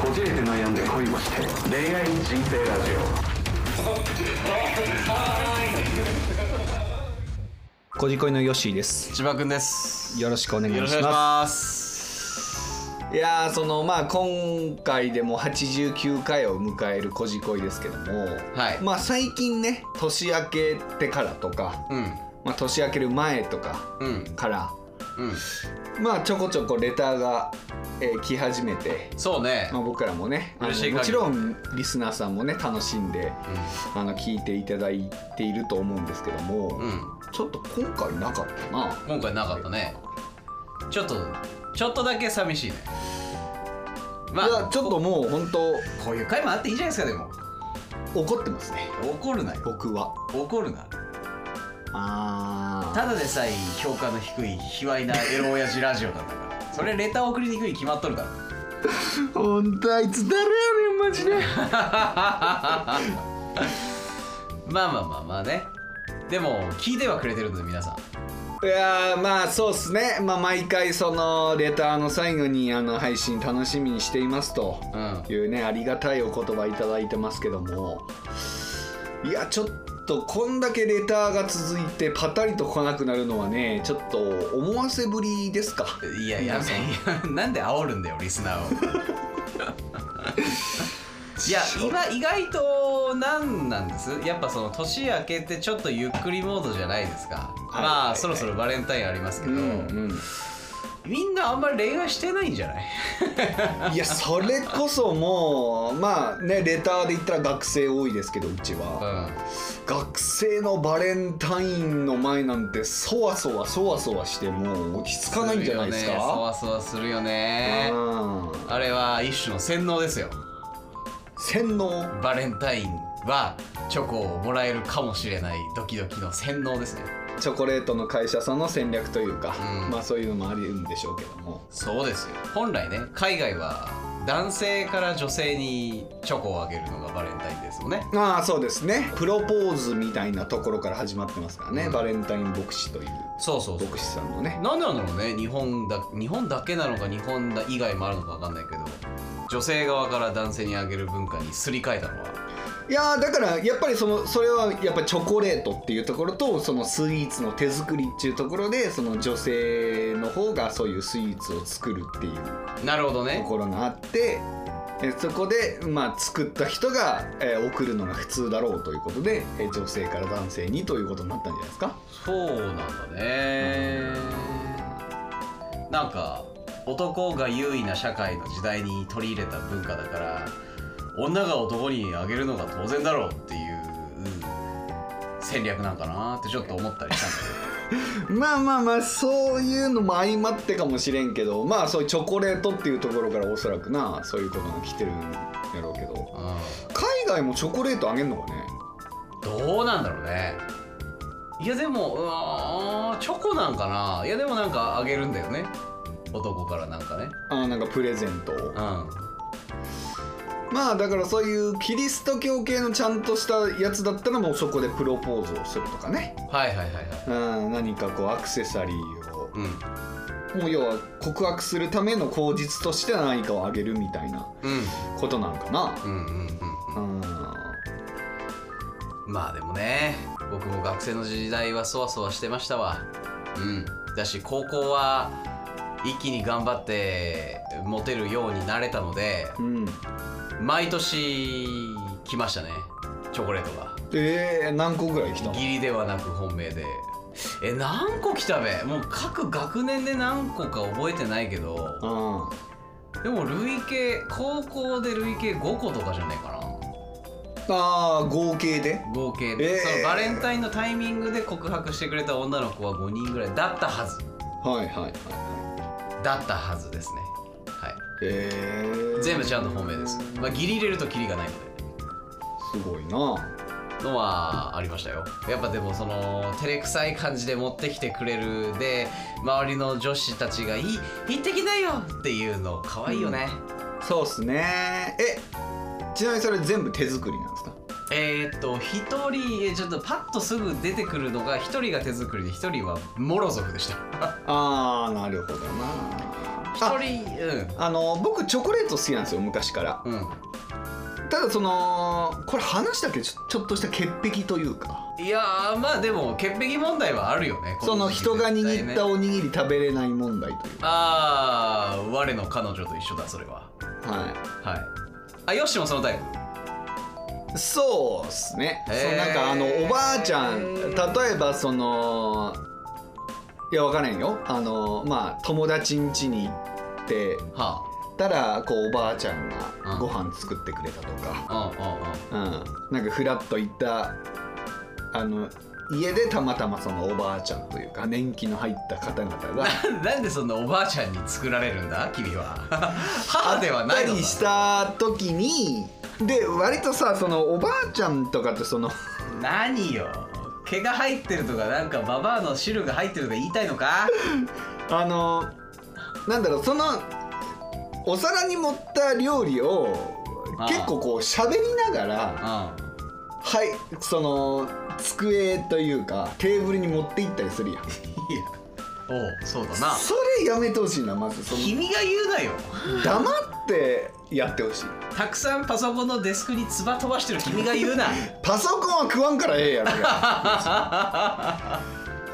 こじれて悩んで恋をして恋愛人生ラジオこじこいのヨッシーです千葉くんですよろしくお願いしまよろしすいくお願いしますやーそのまあ今回でも89回を迎えるこじこいですけども、はいまあ最近ね年明けてからとか、うんまあ、年明ける前とかうんからうんまあちょこちょこレターが、えー来始めて、そうね、まあ、僕らもねあの嬉しい限りもちろんリスナーさんもね楽しんであの聞いていただいていると思うんですけども、うん、うん、ちょっと今回なかったな今回なかったねちょっとちょっとだけ寂しいねまいやあちょっともう本当こういう回もあっていいじゃないですかでも怒ってますね怒るなよ僕は怒るなあただでさえ評価の低い卑猥なエロ親父ラジオなんだからそれレター送りにくいに決まっと るだろあ本当あいつ誰やねんマジでまあまあまあまあねでも聞いてはくれてるので皆さんいやーまあそうっすねまあ毎回そのレターの最後にあの配信楽しみにしていますとうんいうねありがたいお言葉いただいてますけどもいやちょっとこんだけレターが続いてパタリと来なくなるのはねちょっと思わせぶりですかいやいや皆さんいや なんで煽るんだよリスナ ーをいや今意外と何なんですやっぱその年明けてちょっとゆっくりモードじゃないですか、はいまあ、はいはいそろそろバレンタインありますけうど、んうんみんなあんまり恋愛してないんじゃないいやそれこそもうまあねレターで言ったら学生多いですけどうちうは、ん学生のバレンタインの前なんてそわそわそわそわしてもう落ち着かないんじゃないでするよねそかわそわするよねうんあれは一種の洗脳ですよ洗脳バレンタインはチョコをもらえるかもしれないドキドキの洗脳ですねチョコレートの会社さんの戦略というか、うんまあそういうのもあるんでしょうけどもそうですよ本来ね海外は男性から女性にチョコをあげるのがバレンタインですよねああそうですねプロポーズみたいなところから始まってますからね、うんバレンタイン牧師というそうそうそう牧師さんのね何なんだろうね日本だ日本だけなのか日本だ以外もあるのか分かんないけど女性側から男性にあげる文化にすり替えたのはいやーだからやっぱりそのそれはやっぱチョコレートっていうところとそのスイーツの手作りっていうところでその女性の方がそういうスイーツを作るっていうなるほどとねころがあってえそこで、まあ、作った人が、えー送るのが普通だろうということで、えー女性から男性にということになったんじゃないですかそうなんだねなんか男が優位な社会の時代に取り入れた文化だから女が男にあげるのが当然だろうっていう戦略なんかなってちょっと思ったりしたんだまあまあまあそういうのも相まってかもしれんけどまあそういうチョコレートっていうところからおそらくなそういうことが来てるんやろうけど海外もチョコレートあげんのかねけど、うんどうなんだろうねいやでもうわーチョコなんかないやでもなんかあげるんだよね男からなんかねあなんかプレゼントをうまあだからそういうキリスト教系のちゃんとしたやつだったらもうそこでプロポーズをするとかね、んはいはいはいはいうん、何かこうアクセサリーをうんもう要は告白するための口実として何かをあげるみたいなうんことなんかなうんうんううんんまあでもね僕も学生の時代はそわそわしてましたわうんだし高校は一気に頑張ってモテるようになれたのでうん毎年来ましたねチョコレートがえー、何個ぐらい来たの義理ではなく本命でえ何個来たべもう各学年で何個か覚えてないけどうんでも累計高校で累計5個とかじゃねえかなああ合計で合計えで、ーそのバレンタインのタイミングで告白してくれた女の子は5人ぐらいだったはずはいはいはいはだったはずですねはいいえー、い全部ちゃんと本命ですまあギリ入れるとキリがないのすごいなでのはありましたよやっぱでもその照れくさい感じで持ってきてくれるで周りの女子たちが「い行ってきなよ!」っていうの可愛いよね、そうっすねえちなみにそれ全部手作りなんですかえー、っと1人えちょっとパッとすぐ出てくるのが1人が手作りで1人はモロゾフでしたああなるほどな一人あの僕チョコレート好きなんですよ昔からうんうんただそのこれ話したけどちょちょっとした潔癖というかいやーまあでも潔癖問題はあるよねその人が握ったあおにぎり食べれない問題というあー我の彼女と一緒だそれはかはいはいあヨッシーもそのタイプそうっすね。へーそうなんかあのおばあちゃん例えばそのいやわからんよあのまあ友達ん家に行ってはたらこうおばあちゃんうがんご飯作ってくれたとか、あうんうんうんうん、なんかフラッと行ったあの家でたまたまそのおばあちゃんというか年季の入った方々が なんでそんなおばあちゃんに作られるんだ君は母ではな会いったのりかした時にで割とさそのおばあちゃんとかってその何よ毛が入ってるとかなんかババアの汁が入ってるとか言いたいのかあのなんだろうそのお皿に盛った料理をああ結構こう喋りながらうはいその机というかテーブルに持って行ったりするやんんいやおうそうだなそれやめてほしいなまずその君が言うなよ黙ってやってほしいたくさんパソコンのデスクにつば飛ばしてる君が 言うなパソコンは食わんからええ やろが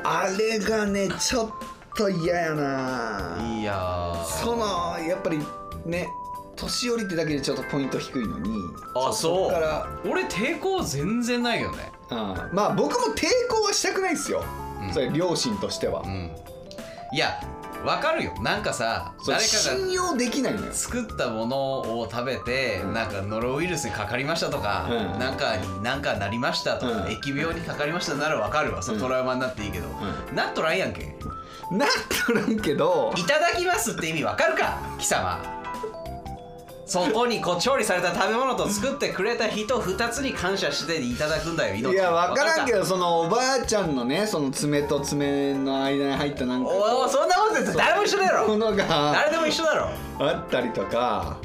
あれがねちょっと嫌やないやーそのやっぱりね年寄りってだけでちょっとポイント低いのにあそうこから俺抵抗全然ないよねうんまあ僕も抵抗はしたくないですよ、うんそれ両親としては、うんいやわかるよなんかさそれ誰かが信用できないのよ作ったものを食べて、うんなんかノロウイルスにかかりましたとか、うんなんかになんかなりましたとか、うん疫病にかかりましたならわかるわそのトラウマになっていいけど、うなんとらんやんけなんとなんけどいただきますって意味わかるか貴様そこにこう調理された食べ物と作ってくれた人2つに感謝していただくんだよ命いや分からんけわどそのおばあちゃんのねその爪と爪の間に入ったなんかおいおいそんなこと言って誰も一緒だもろのが誰でも一緒だろあったりとか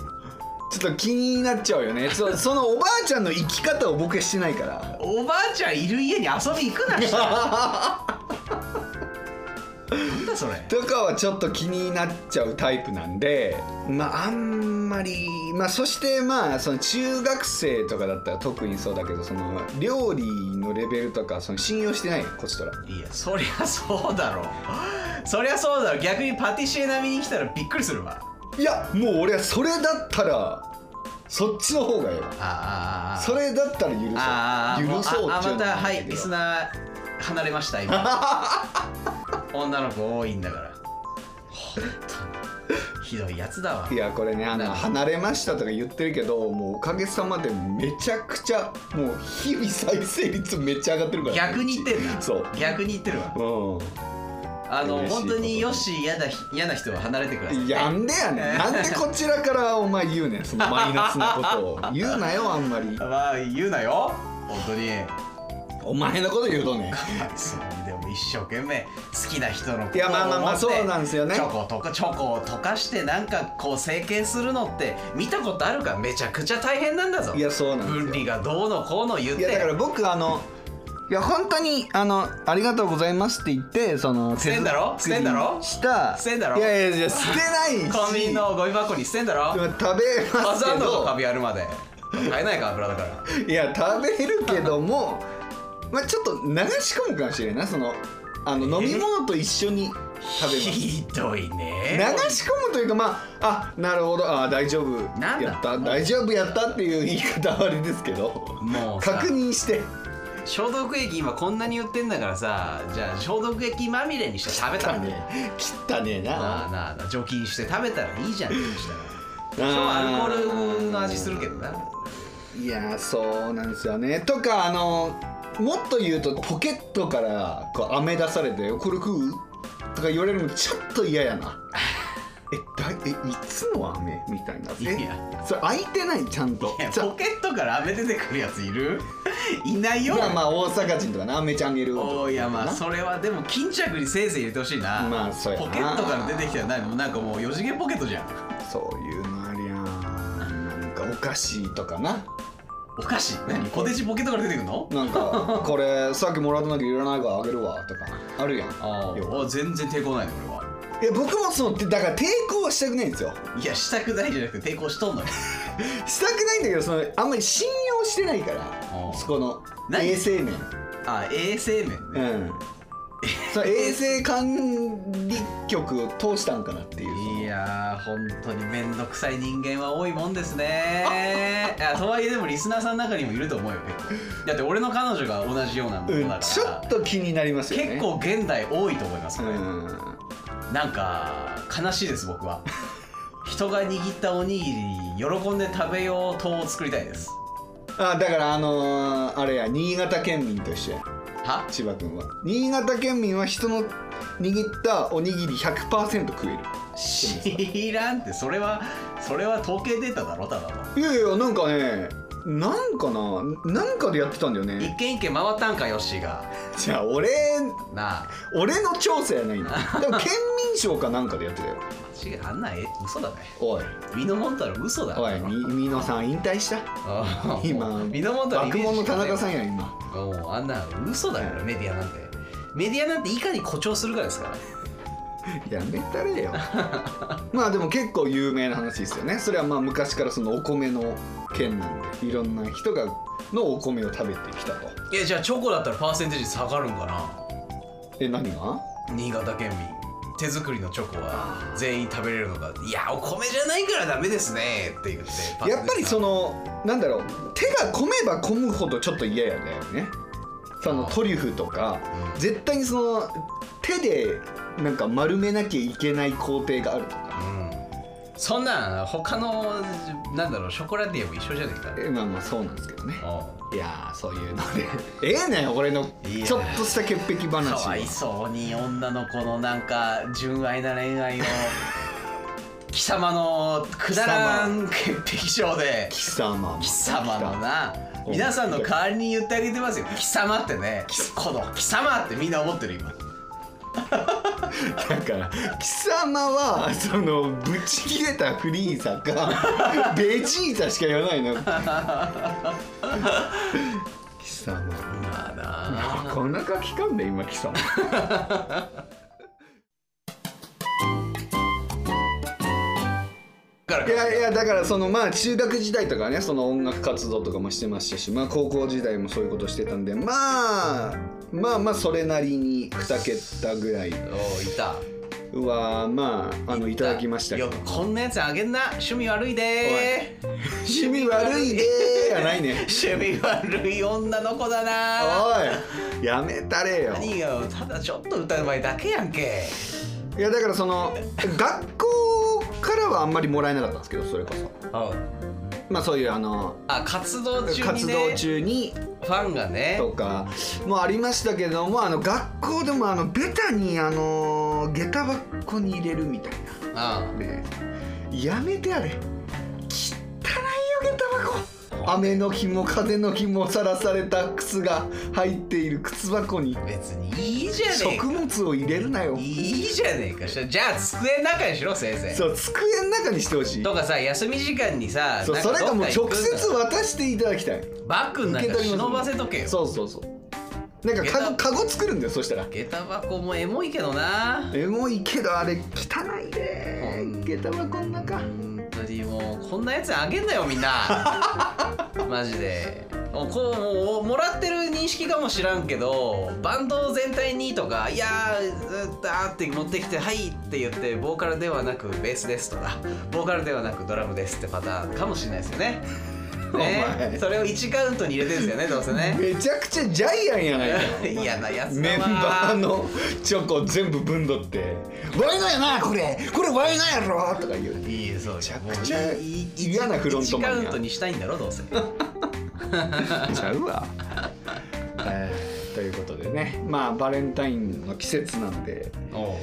ちょっと気になっちゃうよねそそのおばあちゃんの生き方を僕はしてない からおばあちゃんいる家に遊び行くなしたらなんだそれとかはちょっと気になっちゃうタイプなんでまああんまりまあそしてまあその中学生とかだったら特にそうだけどその料理のレベルとかその信用してないよこっちとらいやそりゃそうだろそりゃそうだろ逆にパティシエ並みに来たらびっくりするわいやもう俺はそれだったらそっちの方がええわあーあーあーそれだったら許そうあーあー許そうもうああまたはないいんだけリどスナー離れました今 女の子多いんだから本当にひどいやつだ わいやこれねあの離れましたとか言ってるけどもうおかげさまでめちゃくちゃもう日々再生率めっちゃ上がってるから逆に言ってんなそう逆に言ってるわうんあの嬉しいこと本当によし嫌だ嫌な人は離れてくださいやんでや ねんなんでこちらからお前言うねんそのマイナスなこと を言うなよあんまりまあ言うなよ本当にお前のこと言うとね別にでも一生懸命好きな人のことを思っていやまあまあまあそうなんですよねチョコとかチョコを溶かしてなんかこう成形するのって見たことあるかめちゃくちゃ大変なんだぞいやそうなんですよ分離がどうのこうの言っいてやだから僕あのいや本当にあのありがとうございますって言ってその捨てんだろ手作り捨てんだろした捨てんだろいやいやいや捨てないしコンビニのゴミ箱に捨てんだろでも食べます飾んけのかカどビあるまで買えないか油だからいや食べるけどもまあちょっと流し込むかもしれんないそのあの飲み物と一緒に食べますひどいね流し込むというかまああなるほどあ大丈夫なんだやった大丈夫やったっていう言い方はあれですけどもうさ確認して消毒液今こんなに売ってんだからさじゃあ消毒液まみれにして食べた汚らねえ汚ねえなあななあなあ除菌して食べたらいいじゃんって言したらそれはアルコールの味するけどないやそうなんですよねとかあのもっと言うとポケットからこう飴出されて「これ食う?」とか言われるのちょっと嫌や なえだえいつの飴みたいないえやそれ開いてないちゃんといやじゃあポケットから飴出てくるやついる いないよまあまあ大阪人とかな飴ちゃんあげるとかおーいやまあなそれはでも巾着にせいぜい入れてほしいなまあそうやなポケットから出てきたら何もうなんかもう4次元ポケットじゃんそういうのありゃんなんかお菓子とかなお菓子何ポテチポケットから出てくるのなんか これさっきもらったんだけどいらないからあげるわとかあるやんあよあ全然抵抗ないの俺はえいや僕もそうだから抵抗はしたくないんですよいやしたくないじゃなくて抵抗しとんのよしたくないんだけどそのあんまり信用してないからうんそこの何衛生面あ衛生面うね、ん その衛生管理局を通したんかなっていういやー本当に面倒くさい人間は多いもんで すねいやとはいえでもリスナーさんの中にもいると思うよ結構だって俺の彼女が同じようなものうだから、ん、ちょっと気になりますよね結構現代多いと思います、これうんなんか悲しいです僕は 人が握ったおにぎり喜んで食べよう党を作りたいですあだからあのーあれや新潟県民と一緒やは千葉君は新潟県民は人の握ったおにぎり100%食える知らんってそれはそれは統計データだろただのいやいやなんかねなんかななんかでやってたんだよね一軒一軒回ったんかヨッシーがじゃあ俺なあ俺の調査やないんだでも県民賞かなんかでやってたよ違うあんなえ嘘だねおい身のもんたら嘘だおいみ美濃さん引退したあー今もう身のもんたらイメ爆ージ問のしか田ねえ中さんや今もうあんな嘘だからメディアなんてメディアなんていかに誇張するかですからやめたれよ まあでも結構有名な話ですよねそれはまあ昔からそのお米の件なんでいろんな人がのお米を食べてきたといやじゃあチョコだったらパーセンテージ下がるんかなえ何が新潟県民手作りのチョコは全員食べれるのかいやお米じゃないからダメですねって言ってパッてやっぱりそのなんだろう手が込めば込むほどちょっと嫌やだよねそのあートリュフとかうん絶対にその手でなんか丸めなきゃいけない工程があるとかうんそんなん他のなんだろうショコラティエも一緒じゃないかえまあまあそうなんですけどねおいやーそういうのでええねん俺のいやちょっとした潔癖う話かわいそうに女の子のなんか純愛な恋 愛を貴様のくだらん潔癖症で貴様貴様のな貴様皆さんの代わりに言ってあげてますよ貴様ってねこの貴様ってみんな思ってる今だから貴様はそのぶち切れたフリーザか ベジータしか言わないの 貴様まあなあこんな書きかんで今貴様だからいやいやだからそのまあ中学時代とかねその音楽活動とかもしてましたしまあ高校時代もそういうことしてたんでまあまあまあそれなりに2桁ぐらいおういたはまああのいただきましたけよどくこんなやつあげんな趣味悪いでー趣味悪いねーやないね趣味悪い女の子だなーお いやめたれよ何がただちょっと歌うまいだけやんけいやだからその学校からはあんまりもらえなかったんですけどそれこそまあそういうあのあ活動中に活ね動中にファンがねとかもありましたけどもあの学校でもあのベタにあの下駄箱に入れるみたいあなねやめてあれ汚いよ下駄箱雨の日も風の日もさらされた靴が入っている靴箱にあ別にいいじゃねえ食か物を入れるなよいいじゃねえかじゃあ机の中にしろ先生そう机の中にしてほしいとかさ休み時間にさそうなんそれかかどっもうか行直くんだ接渡していただきたいバッグの中忍ばせとけよそうそうそうなんかカゴ下カゴ作るんだよそしたら下駄箱もエモいけどなエモいけどあれ汚いでうん下駄箱の中本当にもうこんなやつあげんなよみ んなマジでもうこうもうもらってる認識かもしらんけどバンド全体にとか「いやーずっとあ」って持ってきて「はい」って言ってボーカルではなくベースですとかボーカルではなくドラムですってパターンかもしれないです よね。おね前それを1カウントに入れてるんですよねどうせね。めちゃくちゃジャイアンやないか嫌なやつだなメンバーのチョコ全部ぶんどって「ワイナやなこれこれワイナやろ!」とか言ういいそうめちゃくちゃ嫌なフロントマンや1カウントにしたいんだろど うせ。ちゃうわ えーということでねまあバレンタインの季節なんでお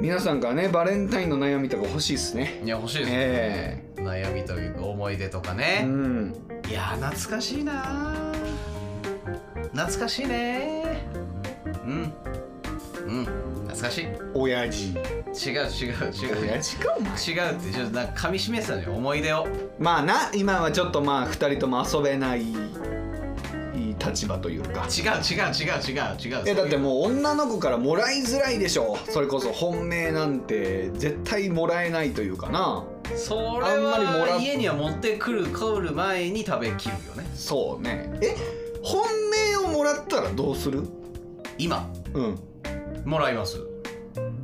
皆さんからねバレンタインの悩みとか欲しいっすねいや欲しいですねえ悩みというか思い出とかえね、うんいやー懐かしいなー懐かしいねーうんうん懐かしい親父違う違う違う違う親父かお前ってちょっとなんか噛み締めてたのよ思い出をまあな今はちょっとまあ2人とも遊べない立場というか違う違う違う違う違うえだってうもう女の子からもらいづらいでしょそれこそ本命なんて絶対もらえないというかなそれあんまりもらはっ家には持ってくる来る前に食べきるよねそうねえ本命をもらったらどうする今うんもらいます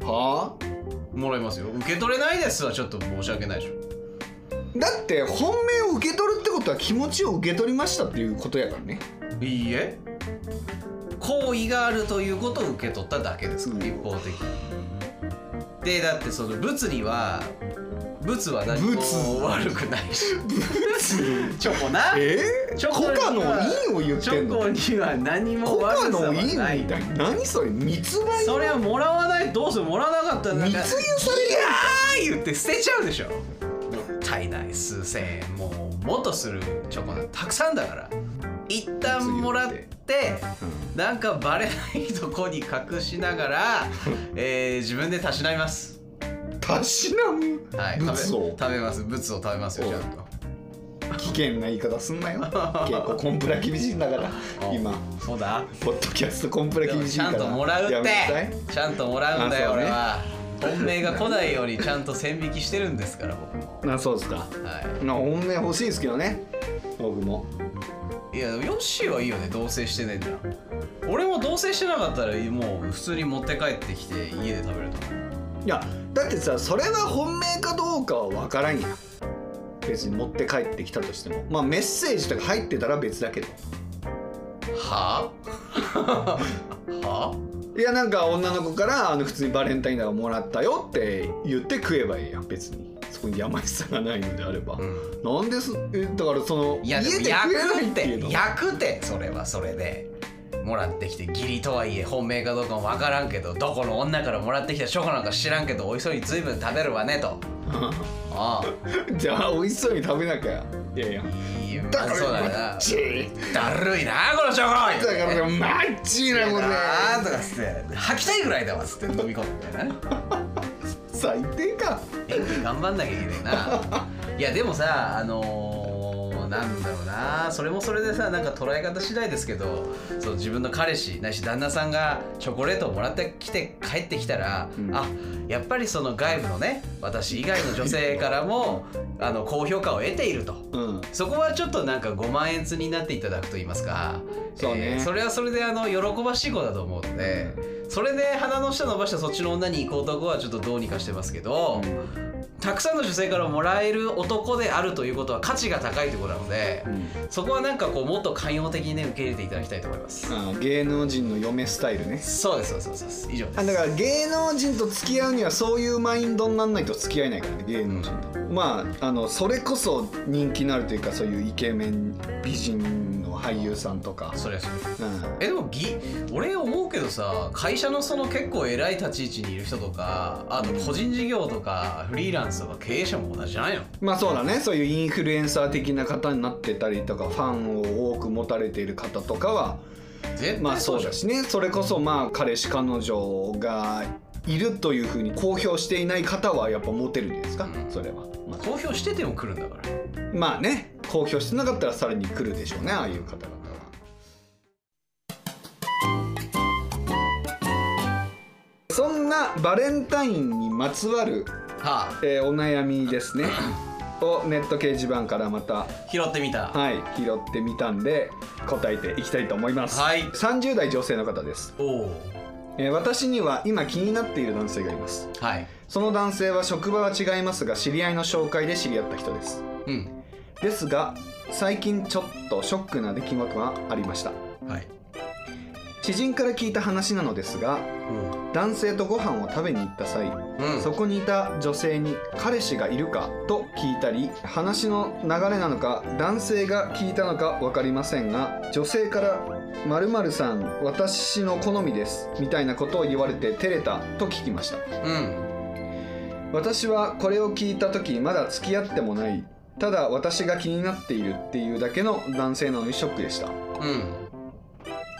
はあもらいますよ受け取れないですはちょっと申し訳ないでしょだって本命を受け取るってことは気持ちを受け取りましたっていうことやからね いいえ好意があるということを受け取っただけですから、うん一方的にでだってその物には物は何も物悪くないしチョコなえチョココにカのはインを言っチてんョコのには何もコ悪カさはのないインみたいな何それ密売それはもらわないどうせもらわなかったらなん密か輸されてるいやー言って捨てちゃうでしょもったいない数千円もうもっとするチョコなんてたくさんだから一旦もらってなんかバレないとこに隠しな がら、えー自分でたしなみますたしなむはい物を食べ食べます物を食べますよちゃん危険な言い方すんなよ結構コンプラ厳しいんだからと今お そうだポッドキャストコンプラでも厳しいちかゃらんともらうってやめなさいちゃんともらうんだよあそうね俺は本命が来ないようにちゃんと線引きしてるんですから僕もなそうですかはな本命欲しいですけどね僕もいいやでもヨッシーはいいよね同棲してねえんだ俺も同棲してなかったらもう普通に持って帰ってきて家で食べると思ういやだってさそれが本命かどうかは分からんやん別に持って帰ってきたとしてもまあメッセージとか入ってたら別だけどは あはあいやなんか女の子からあの普通にバレンタインだからもらったよって言って食えばいいやん別にそこにやましさがないのであれば、んなんですえだからそのいやでも家で食えないっ焼くっていうての焼くってそれはそれでもらってきて義理とはいえ本命かどうかも分からんけどどこの女からもらってきたチョコなんか知らんけどおいしそうに随分食べるわねとあ じゃあ美味しそうに食べなきゃいやいやあいいよだかそうらだよマなッチーだるいなこのチョコだからマッチーなこあれーとかっつって吐きたいぐらいだわっつって飲み込んでな最低か演技頑張んなきゃいけないないやでもさあのーなんだろうなそれもそれでさなんか捉え方次第ですけどそう自分の彼氏ないし旦那さんがチョコレートをもらってきて帰ってきたら、んあやっぱりその外部のね私以外の女性からもあの高評価を得ていると。うんそこはちょっとなんか5万円積になっていただくと言いますかそうねそれはそれであの喜ばしい子だと思うので、それで鼻の下伸ばしたそっちの女に行こうとこはちょっとどうにかしてますけど、たくさんの女性からもらえる男であるということは価値が高いということなので、そこはなんかこうもっと寛容的にね受け入れていただきたいと思います、あ芸能人の嫁スタイルねそうですそうですそうです以上ですあだから芸能人と付き合うにはそういうマインドにならないと付き合えないからね芸能人とまああのそれこそ人気のあるというかそういうイケメン美人の俳優さんとか、それはそううえでもぎ俺思うけどさ会社のその結構偉い立ち位置にいる人とかあと個人事業とかフリーランスとか経営者も同じじゃないのん、まあそうだねそういうインフルエンサー的な方になってたりとかファンを多く持たれている方とかは絶対まあそうだしねそれこそまあ彼氏彼女がいるというふうに公表していない方はやっぱモテるんじゃないですか、うんそれは、ま公表してても来るんだからあ、まあね公表してなかったらさらに来るでしょうねああいう方々は。そんなバレンタインにまつわる、はえーお悩みです ねをネット掲示板からまたあ拾ってみたはい拾ってみたんで答えていきたいと思います、はい30代女性の方ですおおえー私には今気になっている男性がいますはいその男性は職場は違いますが知り合いの紹介で知り合った人ですうんですが最近ちょっとショックな出来事がありましたはい知人から聞いた話なのですがお男性とご飯を食べに行った際うんそこにいた女性に「彼氏がいるか?」と聞いたり話の流れなのか男性が聞いたのか分かりませんが女性から「〇〇さん私の好みです」みたいなことを言われて照れたと聞きましたうん私はこれを聞いた時まだ付き合ってもないただ私が気になっているっていうだけの男性なのにショックでしたうん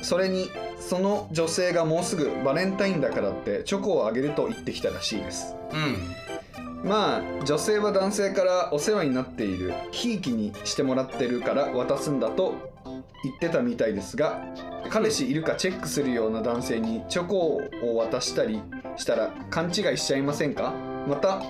それにその女性がもうすぐバレンタインだからってチョコをあげると言ってきたらしいですうんまあ女性は男性からお世話になっているひいきにしてもらってるから渡すんだと言ってたみたいですが彼氏いるかチェックするような男性にチョコを渡したりしたら勘違いしちゃいませんかまた、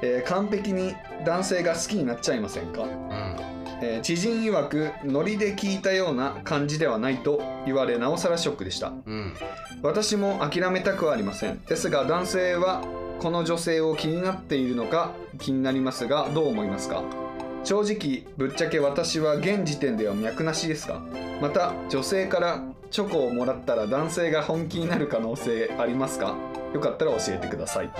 えー完璧に男性が好きになっちゃいませんか、うんえー知人曰くノリで聞いたような感じではないと言われなおさらショックでしたうん私も諦めたくはありませんですが男性はこの女性を気になっているのか気になりますがどう思いますか正直ぶっちゃけ私は現時点では脈なしですがまた女性からチョコをもらったら男性が本気になる可能性ありますかよかったら教えてください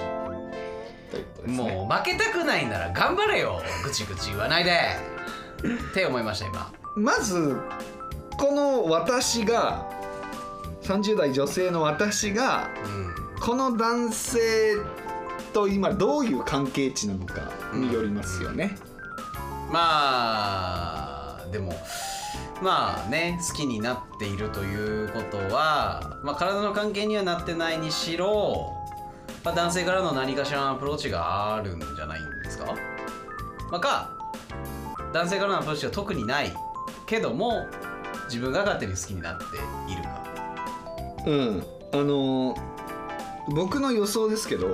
ということですねもう負けたくないなら頑張れよぐちぐち言わないでって思いました今まずこの私が30代女性の私がうんこの男性と今どういう関係値なのかによりますよね。まあでもまあね好きになっているということは、まあ、体の関係にはなってないにしろ、まあ、男性からの何かしらのアプローチがあるんじゃないんですか、まあ、か男性からのアプローチは特にないけども自分が勝手に好きになっているか。うん、あのー僕の予想ですけど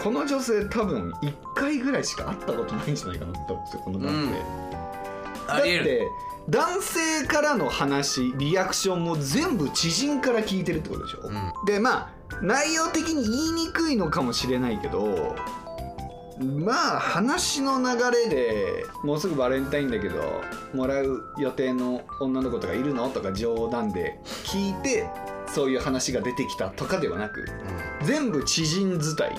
この女性多分1回ぐらいしか会ったことないんじゃないかなって思うんですよこの男性。うんだあっりえるて男性からの話リアクションも全部知人から聞いてるってことでしょ、うんでまあ内容的に言いにくいのかもしれないけどまあ話の流れでもうすぐバレンタインだけどもらう予定の女の子とかいるのとか冗談で聞いてそういう話が出てきたとかではなく全部知人伝いなわけでし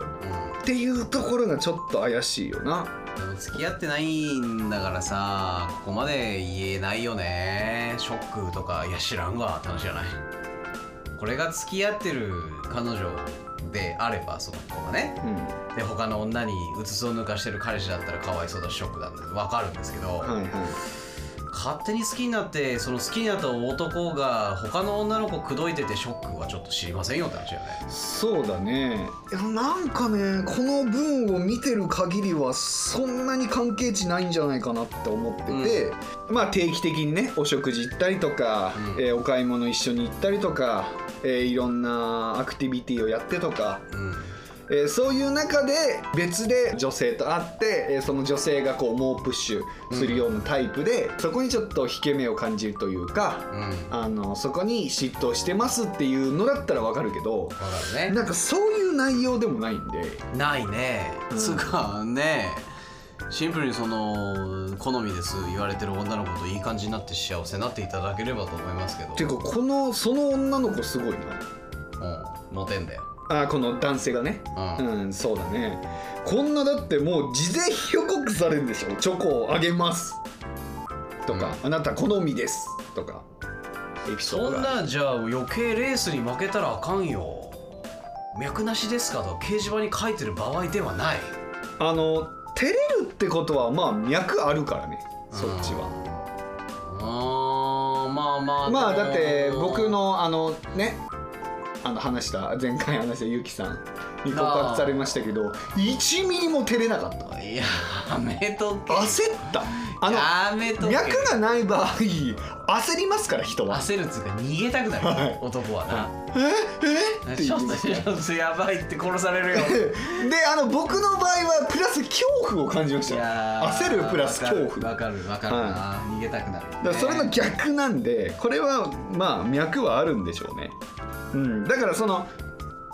ょうんうんっていうところがちょっと怪しいよなでも付き合ってないんだからさここまで言えないよねショックとかいや知らんわって話じゃないこれが付き合ってる彼女であればその子がねうんで他の女にうつつを抜かしてる彼氏だったらかわいそうだしショックだってわかるんですけど、はいはい勝手に好きになってその好きになった男が他の女の子口説いててショックはちょっと知りませんよって話だよねそうだねいやなんかねこの文を見てる限りはそんなに関係値ないんじゃないかなって思ってて、まあ定期的にねお食事行ったりとか、うんえーお買い物一緒に行ったりとか、えーいろんなアクティビティをやってとか、うんえーそういう中で別で女性と会って、えーその女性がこう猛プッシュするようなタイプで、そこにちょっと引け目を感じるというか。うんわあのそこに嫉妬してますっていうのだったらわかるけど、かるねなんかそういう内容でもないんで、ないね、うんつうかねシンプルにその好みです言われてる女の子といい感じになって幸せになっていただければと思いますけどていうかこのその女の子すごいなうんモテんだよあこの男性がねう、うんん、そうだねこんなだってもう事前予告されるでしょチョコをあげますとか、あなた好みですとかエピソーそドがんなじゃあ余計レースに負けたらあかんよ脈なしですかと掲示板に書いてる場合ではないあの照れるってことはまあ脈あるからねそっちは。あーまあまあまあだってでも僕のあのねあの話した前回話したゆきさんに告白されましたけど1ミリも照れなかったやめとけ焦ったあやめとのけ脈がない場合焦りますから人は焦るっつうか逃げたくなる、はい男はな、ええってち言うょっんとですちよょっとやばいって殺さ れるよであの僕の場合はプラス恐怖を感じましいたやー焦るプラス恐怖わだかかるわかるわかるな、逃げたくなる、ね、らそれの逆なんでこれはまあ脈はあるんでしょうね、うん、だからその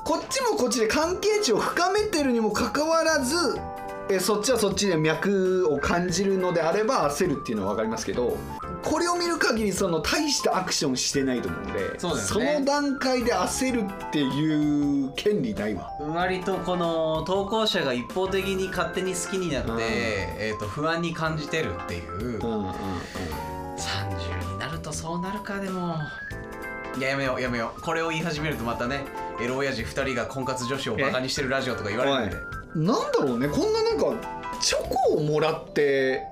こっちもこっちで関係値を深めてるにもかかわらずえそっちはそっちで脈を感じるのであれば焦るっていうのは分かりますけどこれを見る限りその大したアクションしてないと思うんでそうだよねの段階で焦るっていう権利ないわ割とこの投稿者が一方的に勝手に好きになって、うんえー、と不安に感じてるっていうう、んうんうん30になるとそうなるかでもいややめようやめようこれを言い始めるとまたねエロ親父2人が婚活女子をバカにしてるラジオとか言われるんでなんだろうねこんななんかチョコをもらって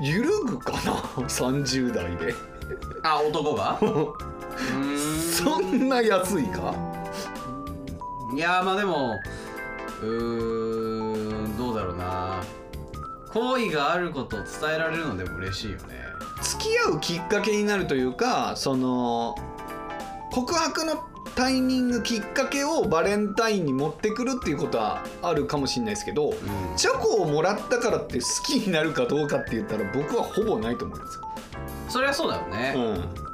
揺るぐかな 30代であ男が うーん そんな安いかいやーまあでもうーんどうだろうな好意があることを伝えられるのでも嬉しいよね付き合うきっかけになるというかその告白のタイミングきっかけをバレンタインに持ってくるっていうことはあるかもしれないですけどうんチョコをもらったからって好きになるかどうかって言ったら僕はほぼないと思いますよ、そりゃそうだよねうん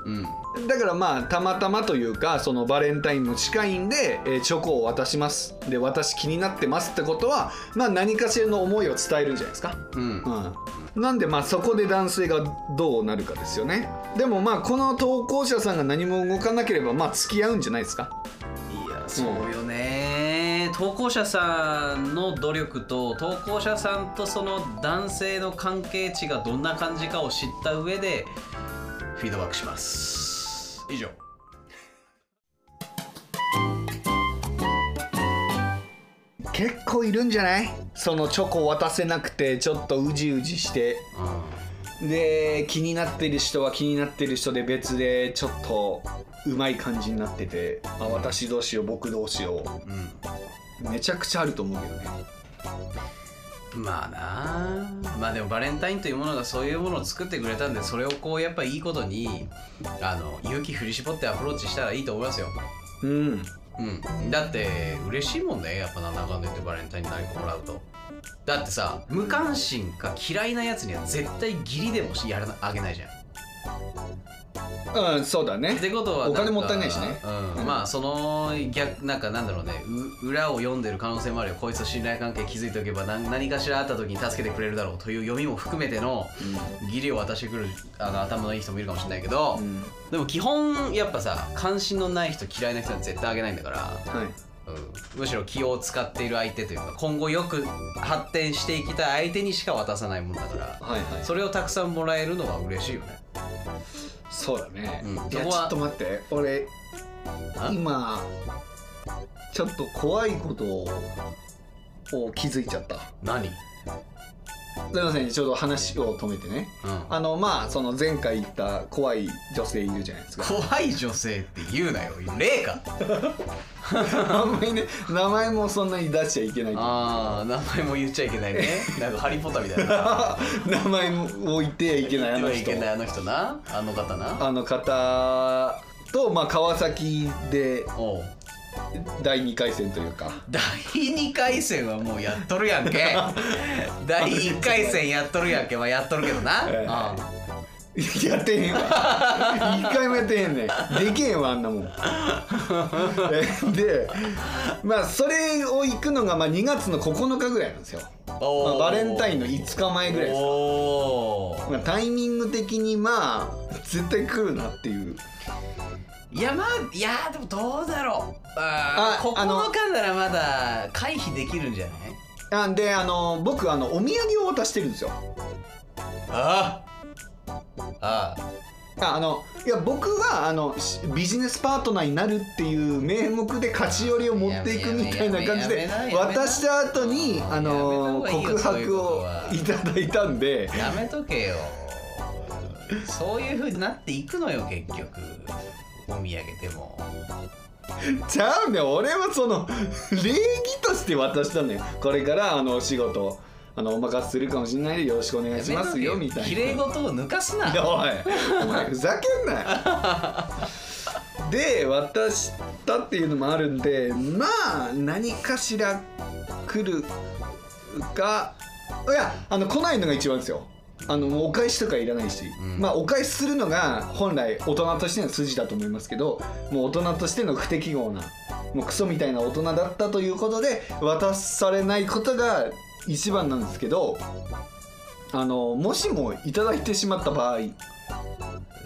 うん、だからまあたまたまというかそのバレンタインも近いんで、えーチョコを渡しますで私気になってますってことは、まあ、何かしらの思いを伝えるんじゃないですかうんうん、なんでまあそこで男性がどうなるかですよねでもまあこの投稿者さんが何も動かなければまあ付き合うんじゃないですかいやそうよね、投稿者さんの努力と投稿者さんとその男性の関係値がどんな感じかを知った上でフィードバックします以上結構いるんじゃないそのチョコ渡せなくてちょっとうじうじしてで気になってる人は気になってる人で別でちょっとうまい感じになっててあ私どうしよう僕どうしようん、うめちゃくちゃあると思うけどねまあなあまあでもバレンタインというものがそういうものを作ってくれたんでそれをこうやっぱいいことにあの勇気振り絞ってアプローチしたらいいと思いますようんうん、だって嬉しいもんねやっぱなんだかんだ言ってバレンタインに何かもらうとだってさ無関心か嫌いなやつには絶対義理でもしやらなあげないじゃんうんそうだねってことはんかお金もったいないしねうん、まあその逆なんかなんだろうねう裏を読んでる可能性もあるよこいつと信頼関係築いておけば何何かしらあった時に助けてくれるだろうという読みも含めての義理を渡してくるあの頭のいい人もいるかもしれないけど、うんでも基本やっぱさ関心のない人嫌いな人には絶対あげないんだからはいうんむしろ気を使っている相手というか今後よく発展していきたい相手にしか渡さないもんだからはいはいそれをたくさんもらえるのは嬉しいよねそうだね、うんいやそちこょはっと待って俺あ今ちょっと怖いことをを気づいちゃった何うんすいませんちょっと話を止めてねあのまあその前回言った怖い女性いるじゃないですか怖い女性って言うなよ霊かあんまりね名前もそんなに出しちゃいけないああ名前も言っちゃいけないねなんかハリー・ポッターみたいな名前も置いて はいけないあ言のってはい人けないあの人なあの方なあの方と、まあ、川崎でおう第2回戦というか第2回戦はもうやっとるやん け第1回戦やっとるやんけまあやっとるけどな、ええああやってへんわ一回もやってへんねんでけえわあんな もんえでまあそれを行くのがまあ2月の9日ぐらいなんですよ、まおあーバレンタインの5日前ぐらいですおーまあ、タイミング的にまあ絶対来るなっていういやまあいやでもどうだろうああここあのの間ならまだ回避できるんじゃないあであの僕あのお土産を渡してるんですよあああああのいや僕はあのしビジネスパートナーになるっていう名目で勝ち寄りを持っていくみたいな感じやでめやめやめなやめな渡した後にあのやめた告方がいいよ白をそういいうただいたんであやめとけよそういう風になっていくのよ結局お土産でもちゃうね俺はその礼儀として渡したのよこれからあのお仕事あのお任せするかもしれないんでよろしくお願いしますよやめみとけたいな綺麗事を抜かすないやおいお前ふざけんなよで渡したっていうのもあるんでまあ何かしら来るかいやあの来ないのが一番ですよあのもうお返しとかいらないし、うんまあお返しするのが本来大人としての筋だと思いますけどもう大人としての不適合なもうクソみたいな大人だったということで渡されないことが一番なんですけどあのもしもいただいてしまった場合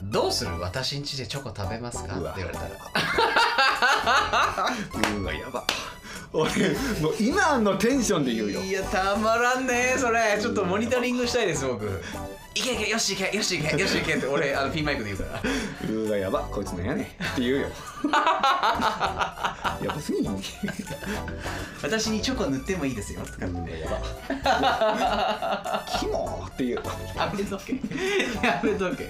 どうする私ん家でチョコ食べますかって言われたらうわやば俺もう今のテンションで言うよいやたまらんねそれちょっとモニタリングしたいです僕いけいけよしいけよしいけよしいけ って俺あのピンマイクで言うからうわやばこいつなんやねんって 言うよやばすぎんう私にチョコ塗ってもいいですよとかわやばキモっていうやめとけ やめとけ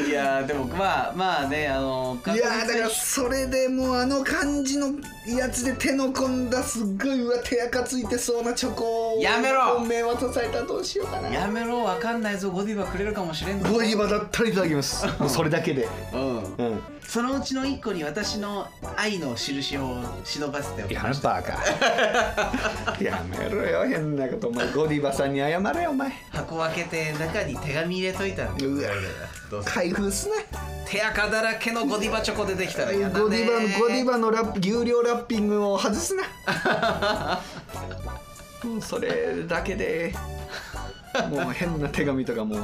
いやーでもまあまあねあのいやだからそれでもうあの感じのやつで手のの込んだすっごいうわ手垢ついてそうなチョコをやめろ本命渡されたらどうしようかなやめろわかんないぞゴディバくれるかもしれんぞボディバだったらいただきますもうそれだ けでうんうんそのうちの一個に私の愛の印を忍ばせておきやまめしたバ カやめろよ変なことお前ゴディバさんに謝れお前箱開けて中に手紙入れといたんでうわどうせ開封すな手垢だらけのゴディバチョコ出てきたらゴやだねディバゴディバのラップ有料ラッピングを外すな もうそれだけ でもう変な手紙とかも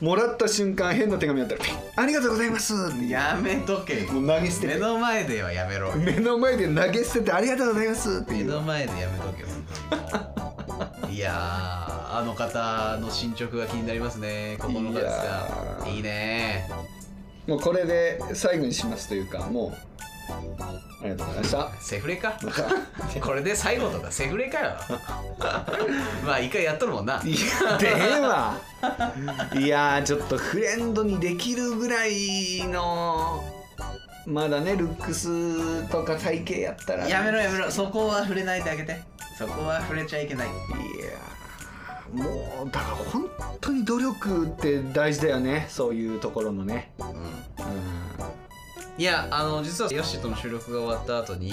うもらった瞬間変な手紙だったらピッ「ありがとうございます」ってやめとけよもう投げ捨て目ての前ではや めろよ目の前で投げ捨てて「ありがとうございます」って目いうの前でやめとけよ本当にいやーあの方の進捗が気になりますね9日ですかいやーいいねもうこれで最後にしますというかもうありがとうございましたセフ レかこれで最後とかセフレかよまあ一回やっとるもんないやでえわいやーちょっとフレンドにできるぐらいのまだねルックスとか体型やったらやめろやめろそこは触れないであげてそこは触れちゃいけないいやーもうだから本当に努力って大事だよねそういうところのねうんいやあの実はヨッシーとの収録が終わった後に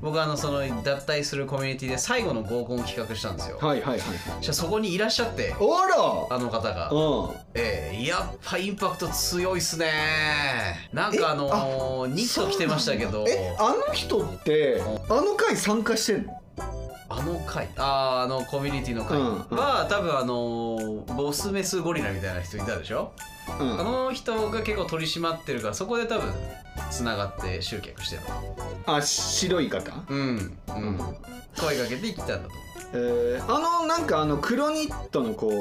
僕あのその脱退するコミュニティで最後の合コンを企画したんですよはいはいはいそしたらそこにいらっしゃっておらあの方がうんええやっぱインパクト強いっすねなんかあのーニット着てましたけどえあの人ってあの回参加してんのあの回あーあのコミュニティの回うんうんは多分あのーボスメスゴリラみたいな人いたでしょうんあの人が結構取り締まってるからそこで多分つながって集客してるあ白い方うんううんん声かけてきたんだと思うえーあのなんかあの黒ニットの子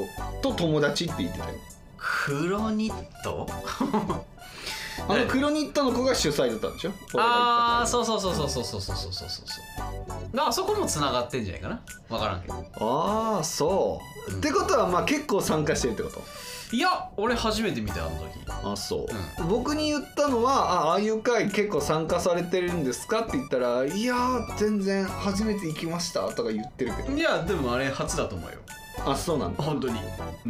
と友達って言ってたよ黒ニッ トあの黒ニットの子が主催だったんでしょ俺がああそうそうそうそうそうそうそうそうそうそうあそこもつながってんじゃないかな分からんけど行ったああーそう、うっんてことはまあ結構参加してるってこといや俺初めて見たあの時あそう、僕に言ったのはあああいう会結構参加されてるんですかって言ったらいやー全然初めて行きましたとか言ってるけどいやでもあれ初だと思うよあそうなんだ、本当に、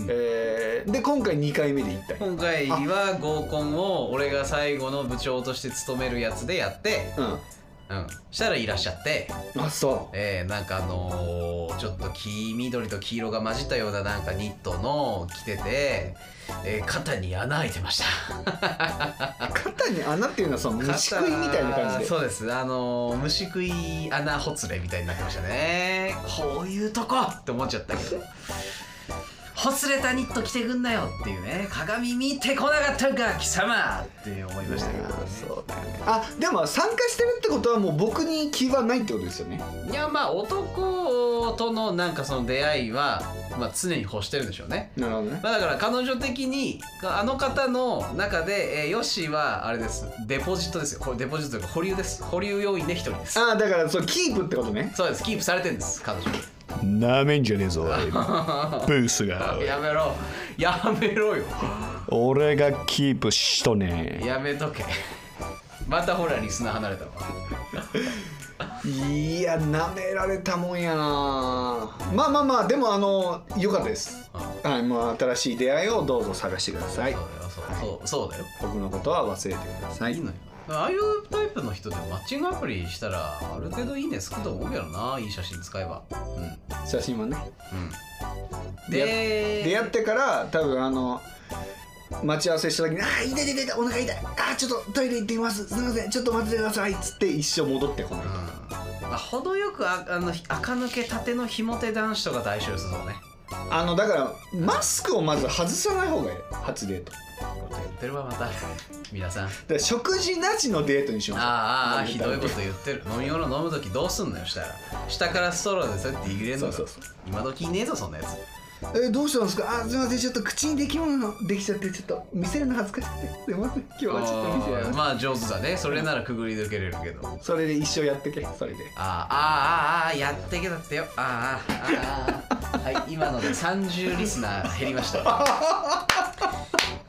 えーで今回2回目で行ったよ今回は合コンを俺が最後の部長として務めるやつでやってううんしたらいらっしゃってんあそえー、なんかあのーちょっと黄緑と黄色が混じったようななんかニットの着てて、えー肩に穴開いてましたう肩に穴っていうのはその虫食いみたいな感じでそうですあのー虫食い穴ほつれみたいになってましたねこういうとこって思っちゃったけどほつれたニット着てくんなよっていうね鏡見てこなかったんか貴様って思いましたけど、ねあ、そうだよねあでも参加してるってことはもう僕に気はないってことですよねいやまあ男とのなんかその出会いは、まあ、常に欲してるんでしょうねなるほどねまあ、だから彼女的にあの方の中で、えーヨッシーはあれですデポジットですよこれデポジットというか保留です保留要員で一人ですああだからそうキープってことねそうですキープされてるんです彼女なめんじゃねえぞおいブースがやめろやめろよ俺がキープしとねやめとけまたほらリスナー離れたわいやなめられたもんやなまあまあまあでもあの良かったですはいもう新しい出会いをどうぞ探してくださいそうだよそう,、そうそうだよ僕のことは忘れてくださいいいのよああいうタイプの人でもマッチングアプリしたらある程度いいねつくと思うけどないい写真使えばうん写真はねうんで出会ってから多分あの待ち合わせした時に「あー痛い痛い痛いお腹痛いあーちょっとトイレ行ってきますすみませんちょっと待っててください」っつって一生戻ってこないうんまあ、程よくああの垢抜けたてのひも手男子とかと相性良さそうねあのだからマスクをまず外さない方がいい初デートだかこと言ってるわまた 皆さんあら食事なしのデートにしあましょうああ飲みひ会どいこと言ってる飲み物飲む時どうすんのよしたら下からストローでそうやって入れんのよそうそうそ今時いねえぞそんなやつえどうしたんですかあすいませんちょっと口にできものできちゃってちょっと見せるの恥ずかしくてすいません今日はちょっと見せられあーままあ上手だねそれならくぐり抜けれるけどすそれで一生やってけそれであーあーあーあーやってけだってよあーあーあーはい今ので30リスナー減りました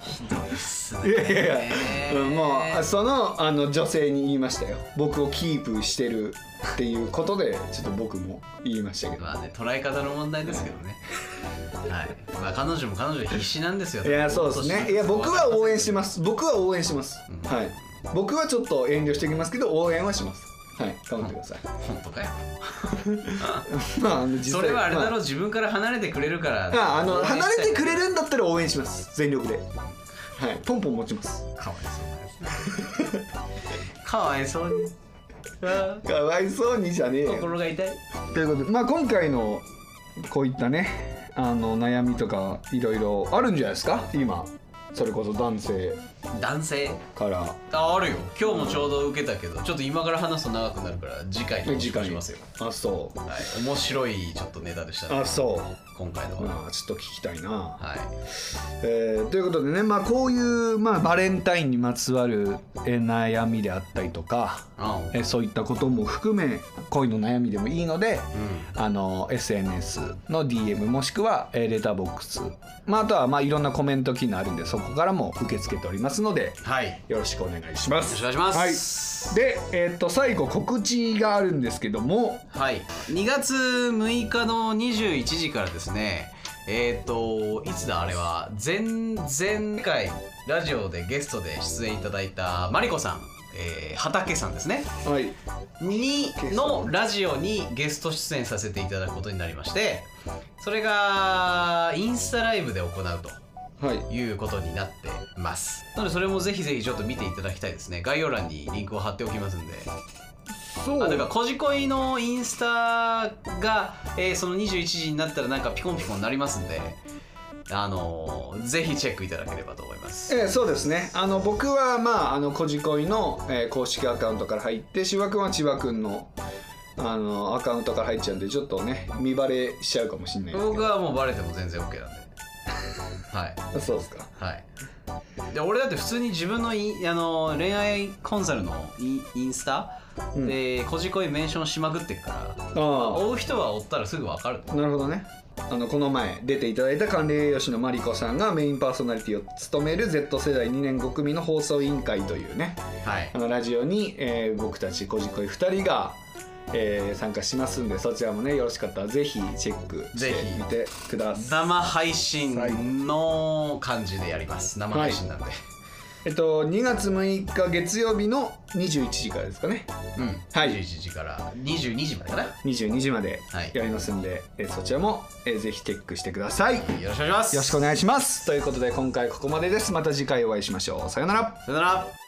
ひどいっすねいやいやいや、うん、もえうーあそのあの女性に言いましたよ僕をキープしてるっていうことでちょっと僕も言いましたけどまあね、捉え方の問題ですけどね。はい。まあ彼女も彼女で必死なんですよ。いやそうですねいや僕は応援します僕は応援します、うんはい僕はちょっと遠慮しておきますけど応援はしますはい頑張ってください、本当かよ。まああの実際それはあれだろまう、自分から離れてくれるから。あ、あの離れてくれる。るんだったら応援します全力ではいポンポン持ちますかわいそう。 かわいそうに。あかわいそうにじゃねえーよ心が痛い。ということで、まあ、今回のこういったねあの悩みとかいろいろあるんじゃないですか今それこそ男性男性。からあ、あるよ。今日もちょうど受けたけど、ちょっと今から話すと長くなるから、次回に次回しますよ。あそうはい。面白いちょっとネタでしたね。あそ今回のうは。まあちょっと聞きたいな、はい。えーということでね、まあ、こういう、まあ、バレンタインにまつわるえー悩みであったりとかあえーそういったことも含め恋の悩みでもいいので、あの SNS の DM もしくは、えーレターボックス、まあ、あとは、まあ、いろんなコメント機能あるんでそこからも受け付けておりますのではい。よよろしくお願いしまろしくすお。願いします。で、えー、と最後告知があるんですけどもはい、2月6日の21時からですねえっ、といつだあれは前前回ラジオでゲストで出演いただいたマリコさん、えー畑さんですねはいにのラジオにゲスト出演させていただくことになりましてそれがインスタライブで行うと。はいいうことになってますなのでそれもぜひぜひちょっと見ていただきたいですね概要欄にリンクを貼っておきますんでそあというかこじこいのインスタが、えーその21時になったらなんかピコンピコンになりますんであのーぜひチェックいただければと思いますえーそうですねあの僕はまああのこじこいの、えー公式アカウントから入ってしわくんは千葉くんのあのアカウントから入っちゃうんでちょっとね見バレしちゃうかもしれないですけ僕はもうバレても全然 OK なんではいどそうですかはいで俺だって普通に自分のインあのー恋愛コンサルのインインスタうんでこじこいメンションしまくってっから、あ追う人は追ったらすぐ分かるあなるほどねあのこの前出ていただいた管理栄養士のマリコさんがメインパーソナリティを務める Z 世代2年5組の放送委員会というねはいあのラジオに、えー僕たちこじこい2人が、えー参加しますんでそちらもねよろしかったらぜひチェックしぜてひみてください。生配信の感じでやります生配信なんで、えっと2月6日月曜日の21時からですかねうん、はい21時から22時までかなよ22時まではいやりますんで、えそちらも、えーぜひチェックしてくださいよろしくお願いしますろしくお願いしますということで今回ここまでですまた次回お会いしましょうさようならさよなら